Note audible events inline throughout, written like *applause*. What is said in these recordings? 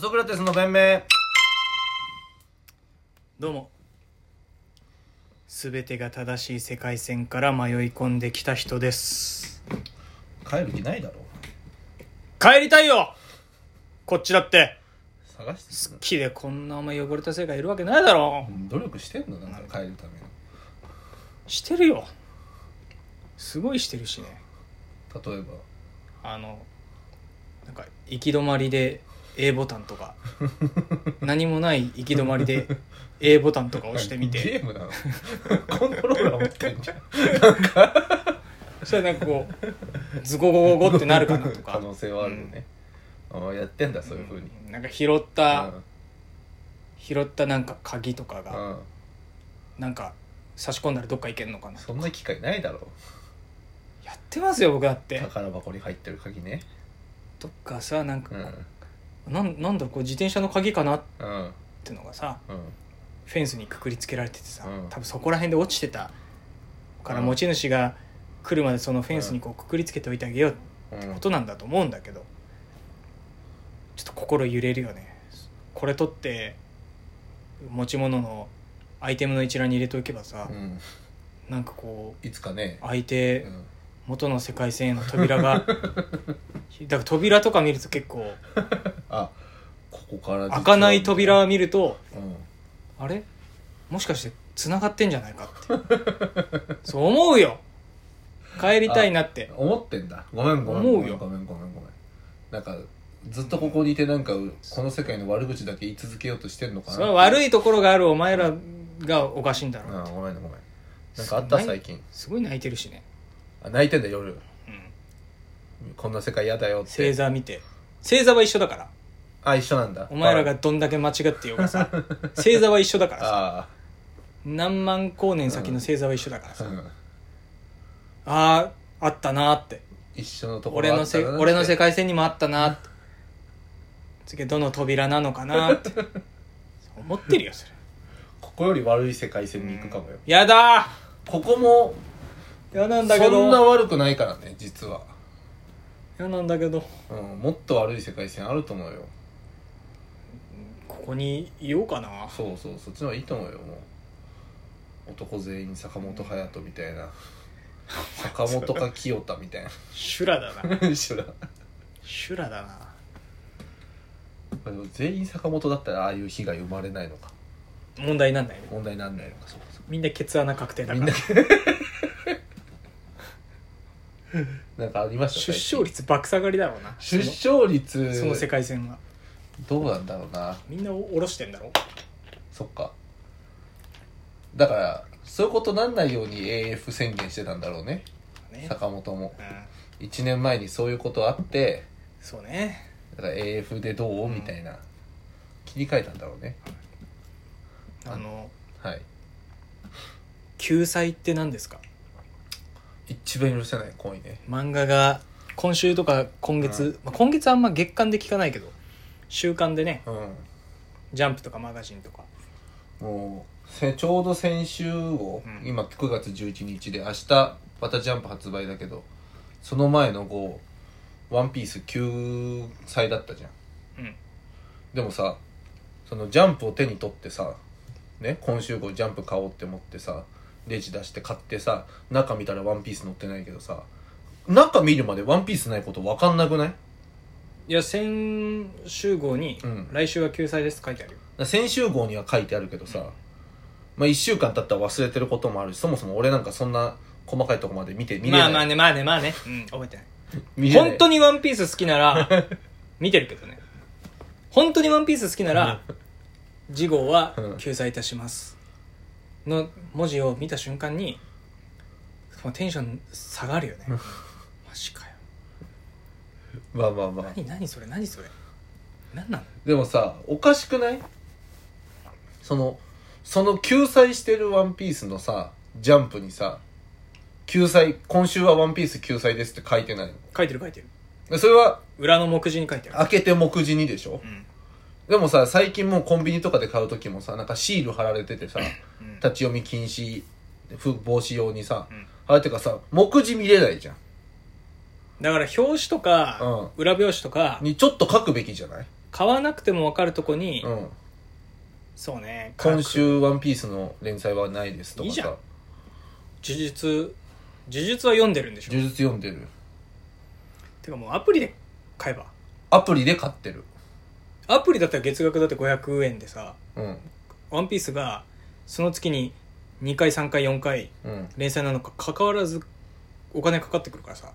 ソクラテスの弁明どうも全てが正しい世界線から迷い込んできた人です帰る気ないだろ帰りたいよこっちだって探して木でこんなお前汚れた世界いるわけないだろ努力してんのなんか帰るためにしてるよすごいしてるしね例えばあのなんか行き止まりで A ボタンとか何もない行き止まりで A ボタンとか押してみゲてームなの *laughs* コントローラー持ってんじゃんそしたらなんかこうズゴゴゴゴってなるかなとか可能性はあるよね、ああやってんだそういうふうに、うんなんか拾った、うん拾ったなんか鍵とかがうんなんか差し込んだらどっか行けんのかなそんな機会ないだろやってますよ僕だって宝箱に入ってる鍵ねどっかさなんかうんうんなんなんだろうこう自転車の鍵かなっうんてのがさうんフェンスにくくりつけられててさ、うん多分そこら辺で落ちてたからうん持ち主が来るまでそのフェンスにこうくくりつけておいてあげようってことなんだと思うんだけどちょっと心揺れるよねこれ取って持ち物のアイテムの一覧に入れておけばさ、うんなんかこういつかね、相手うん元の世界線への扉が *laughs* だから扉とか見ると結構あここから実は開かない扉を見るとうんあれもしかして繋がってんじゃないかってそう思うよ帰りたいなって思ってんだごめんごめん思ごうめよんごめんごめんごめんなんかずっとここにいてなんかこの世界の悪口だけ言い続けようとしてんのかなそれは悪いいところがあるお前らがおかしいんだろうあってごめんねごめんなんかあったそう最近すごい泣いてるしね、あ泣いてんだ夜うん、こんな世界嫌だよって星座見て星座は一緒だからあ一緒なんだお前らあがどんだけ間違ってようがさ星座は一緒だからあさ何万光年先の星座は一緒だからあ、さ、うん、あああったなーって一緒のとこ俺ろのせ俺の世界線にもあったなって次どの扉なのかなって思ってるよそれここより悪い世界線に行くかもよやだここもーやなんだけそんなど悪くないからね実は、やなんだけどうん、もっと悪い世界線あると思うよここにいようかなそうそうそっちの方がいいと思うよもう男全員坂本勇人みたいな坂本か清田みたい修羅だなな一緒だ修羅だなでも全員坂本だったらああいう被害生まれないのか問題になんないね問題になんないのかそうそみんなケツ穴確定だみかんならうなんかありました出最近生率爆下がりだろうな出生率そのその世界線はどうなんだろうなみんなおろしてんだろそっかだからそういうことなんないように AF 宣言してたんだろうねね坂本もうん1年前にそういうことあってそうねだから AF でどうみたいな、切り替えたんだろうねあのはい救済って何ですか一番許せない行為ね漫画が今週とか今月、まあ、今月あんま月間で聞かないけど週間でねうん「ジャンプ」とか「マガジン」とかもうせちょうど先週を、うん今9月11日で明日また「ジャンプ」発売だけどその前の号「ワンピース救済だったじゃんうんでもさその「ジャンプ」を手に取ってさね今週号「ジャンプ」買おうって思ってさレジ出して買ってさ中見たら「ワンピース載ってないけどさ中見るまで「ワンピースないこと分かんなくないいや先週号にうん来週は救済です」書いてあるよ、先週号には書いてあるけどさ、まあ1週間経ったら忘れてることもあるしそもそも俺なんかそんな細かいとこまで見て見れまなあい、まあねまあねまあね、 *laughs* うん、覚えてない見れない本当に「ワンピース好き *laughs* なら見てるけどね本当に「ワンピース好きなら次号はうん救済いたしますの文字を見た瞬間にまあテンション下がるよねマジかよまあまあまあ何何それ何それ何なのでもさおかしくないそのその救済してる「ワンピースのさジャンプにさ救済今週は「ワンピース救済ですって書いてないの書いてる書いてるでそれは裏の目次に書いてある開けて目次にでしょうんでもさ最近もうコンビニとかで買う時もさなんかシール貼られててさうん立ち読み禁止ふ防止用にさ、うんあれてかさ目次見れないじゃんだから表紙とか裏表紙とかにちょっと書くべきじゃない買わなくても分かるとこに、うん、そうね今週「ワンピースの連載はないですとかいいじゃんさ呪術呪術は読んでるんでしょ呪術読んでるてかもうアプリで買えばアプリで買ってるアプリだったら月額だって500円でさうんワンピースがその月に2回3回4回うん連載なのか関わらずお金かかってくるからさ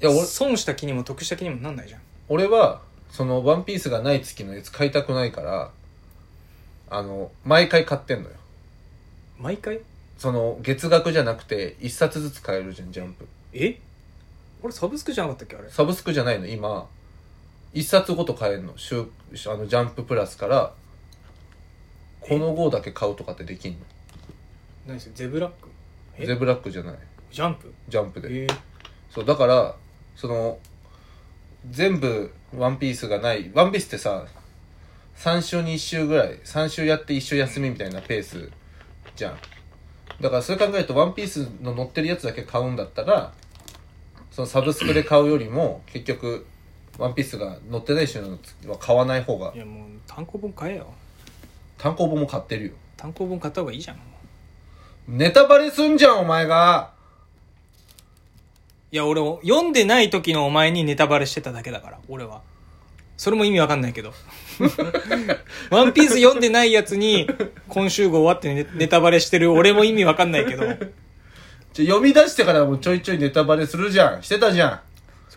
いや俺損した気にも得した気にもなんないじゃん俺はその「ワンピースがない月のやつ買いたくないからあの毎回買ってんのよ毎回その月額じゃなくて1冊ずつ買えるじゃんジャンプえ俺サブスクじゃなかったっけあれサブスクじゃないの今1冊ごと買えるの週あのジャンププラスからこの号だけ買うとかってできんの何それゼブラックえゼブラックじゃないジャンプジャンプでえそうだからその全部ワンピースがないワンピースってさ3週に1週ぐらい3週やって1週休みみたいなペースじゃんだからそれ考えるとワンピースの載ってるやつだけ買うんだったらそのサブスクで買うよりも結局ワンピースが載ってない週のは買わない方がいやもう単行本買えよ単行本も買ってるよ単行本買った方がいいじゃんネタバレすんじゃんお前がいや俺を読んでない時のお前にネタバレしてただけだから俺はそれも意味わかんな *laughs* いけど「ワンピース読んでないやつに今週号はってネネタバレしてる俺も意味わかんないけどじゃ読み出してからもうちょいちょいネタバレするじゃんしてたじゃん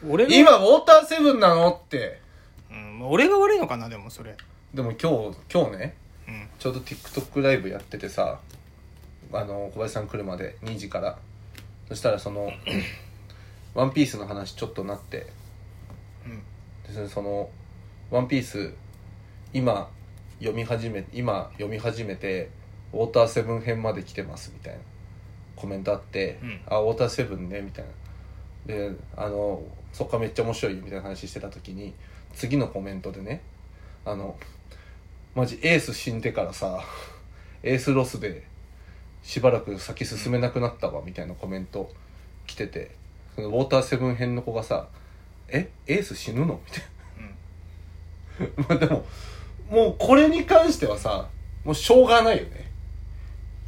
俺が今ウォーターセブンなのってうん、俺が悪いのかなでもそれでも今日今日ねうんちょうど TikTok ライブやっててさあの小林さん来るまで2時からそしたらその「ワンピースの話ちょっとなってうんでその「ワンピース今読み始め今読み始めて「ウォーターセブン編まで来てます」みたいなコメントあって「うんあウォーターセブンね」みたいなであの「そっかめっちゃ面白いよ」みたいな話してた時に次のコメントでねあのマジエース死んでからさエースロスでしばらく先進めなくなったわみたいなコメント来ててそのウォーターセブン編の子がさ「えエース死ぬの?」みたいな。 *laughs* まあでももうこれに関してはさもうしょうがないよね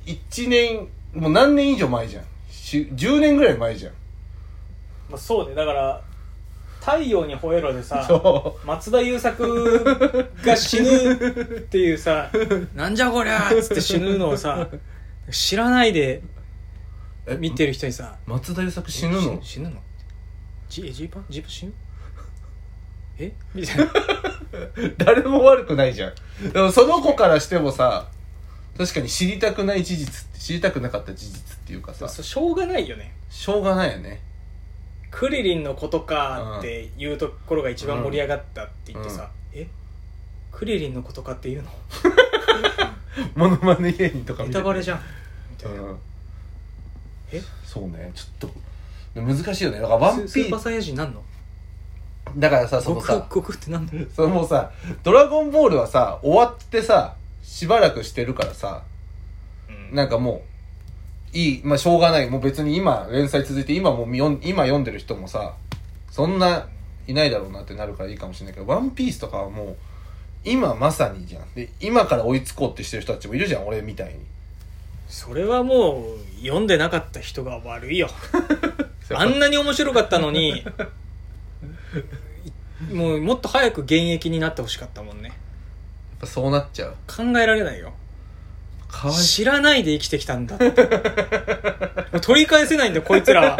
1年もう何年以上前じゃんし10年ぐらい前じゃんまあ、そうねだから「太陽に吠えろ」でさそ松田優作 *laughs* が死ぬっていうさ「なんじゃこりゃ!」っつって死ぬのをさ知らないでう見てる人にさ松田優作死ぬの死ぬのジえジーパンジーパン死ぬえみたい *laughs* な誰も悪くないじゃんでもその子からしてもさ確かに知りたくない事実って知りたくなかった事実っていうかさそうしょうがないよねしょうがないよねクリリンのことかっていうところが一番盛り上がったって言ってさ、えクリリンのことかっていうのモノマネ芸人とか見ネててタバレじゃんみたいな、うんえそうねちょっとで難しいよねだからワンピススーパーースサイヤ人なんのだからさそ悟のさ空悟空ってなんのそれもうさ、ドラゴンボールはさ、終わってさ、しばらくしてるからさ、なんかもう、いい、まあしょうがない。もう別に今連載続いて、今もう見よん今読んでる人もさ、そんないないだろうなってなるからいいかもしれないけど、ワンピースとかはもう、今まさにじゃん。で、今から追いつこうってしてる人たちもいるじゃん、俺みたいに。それはもう読んでなかった人が悪いよあんなに面白かったの *laughs* にいもうもっと早く現役になってほしかったもんねやっぱそうなっちゃう。考えられないよかわい知らないで生きてきたんだって *laughs* もう取り返せないんだよ *laughs* こいつら *laughs* は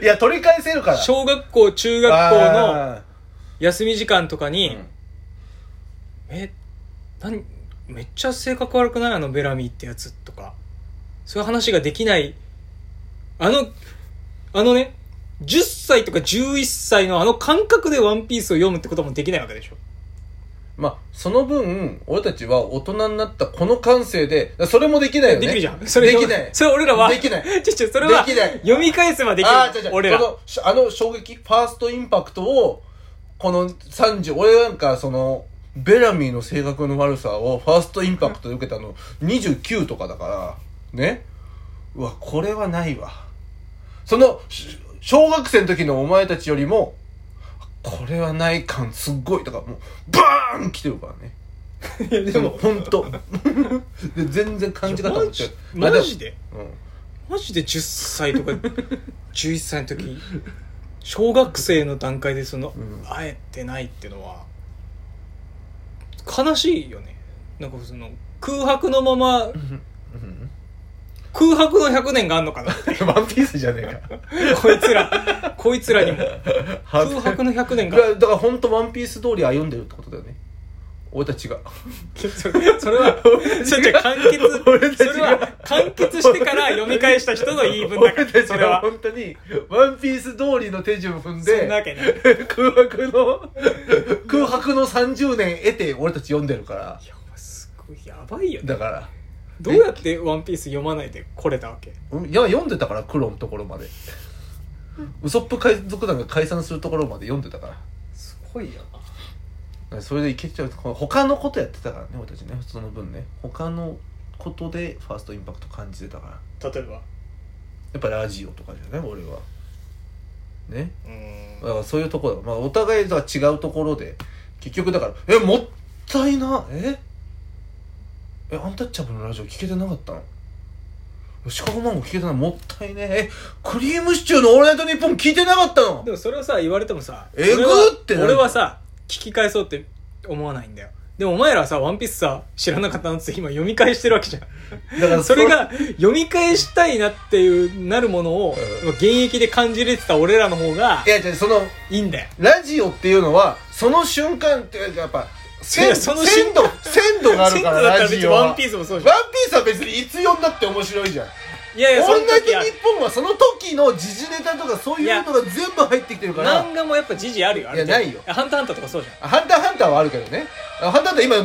い。いや、取り返せるから。小学校中学校のあ休み時間とかーに、うんえ何めっちゃ性格悪くないあのベラミーってやつとかそういう話ができないあのあのね10歳とか11歳のあの感覚で「ワンピースを読むってこともできないわけでしょまあ、その分、俺たちは大人になったこの感性で、それもできないよね。できるじゃんそれできない。それ俺らはできない *laughs* ちょちょそれはできない読み返せばできるああ、違う違う。俺らこのしあの衝撃、ファーストインパクトを、この30、俺なんかその、ベラミーの性格の悪さをファーストインパクトで受けたの29とかだから、ね。うわ、これはないわ。その、し小学生の時のお前たちよりも、これはない感すっごいとか、もう、ババーン来てるからねいやでも本 *laughs* 当で全然感じ方も違うマあでジマもジでうんマジで10 *laughs* 歳とか11歳の時小学生の段階でその、うん会えてないってのは悲しいよねなんかその空白のままうん空白の100年があんのかなっ *laughs* てワンピースじゃねえこいつらこいつらにもか *laughs* 空白の100年いがやだから本当ワンピース通り歩んでるってことだよね俺たちがそれそれはそれじゃ完俺結たそちがれは完結してから読み返した人の言い分だか俺たらちそれがは本当にワンピース通りの手順踏んそんなわでけない空白の空白の30年得て俺たち読んでるからいやお前すごいやばいよねだからどうやって「ワンピース読まないで来れたわけうんいや読んでたから黒のところまでウソップ海賊団が解散するところまで読んでたからすごいよなそれでいけちゃうこう他のことやってたからね俺たちねその分ね他のことでファーストインパクト感じてたからや例えばっぱラジオとかじゃない俺はねうだんからそういうところだ、まあ、お互いとは違うところで結局だからえもったいなええアンタッチャブルのラジオ聞けてなかったのシカゴマンゴー聞けてないもったいねええクリームシチューの「オールナイトニッポン」聞いてなかったのでもそれをさ言われてもさえぐ俺はってなる俺はさ聞き返そうって思わないんだよでもお前らはさ「ワンピースさ知らなかったなって今読み返してるわけじゃん *laughs* だからそれが読み返したいなっていうなるものをうん現役で感じれてた俺らの方がいやじゃあそのいいんだよラジオっていうのはその瞬間ってやっぱい鮮や度その鮮瞬度鮮度があるから鮮度だったラら別ジにオはワンピースもそうじゃんワンピースは別にいつ読んだって面白いじゃんいやい「オやーそのルナイ時はトニッポン」はその時の時事ネタとかそういうのが全部入ってきてるから漫画もやっぱ時事あるよある程度いやないよハンターハンターとかそうじゃんハンターハンターはあるけどね。ハンターハンター今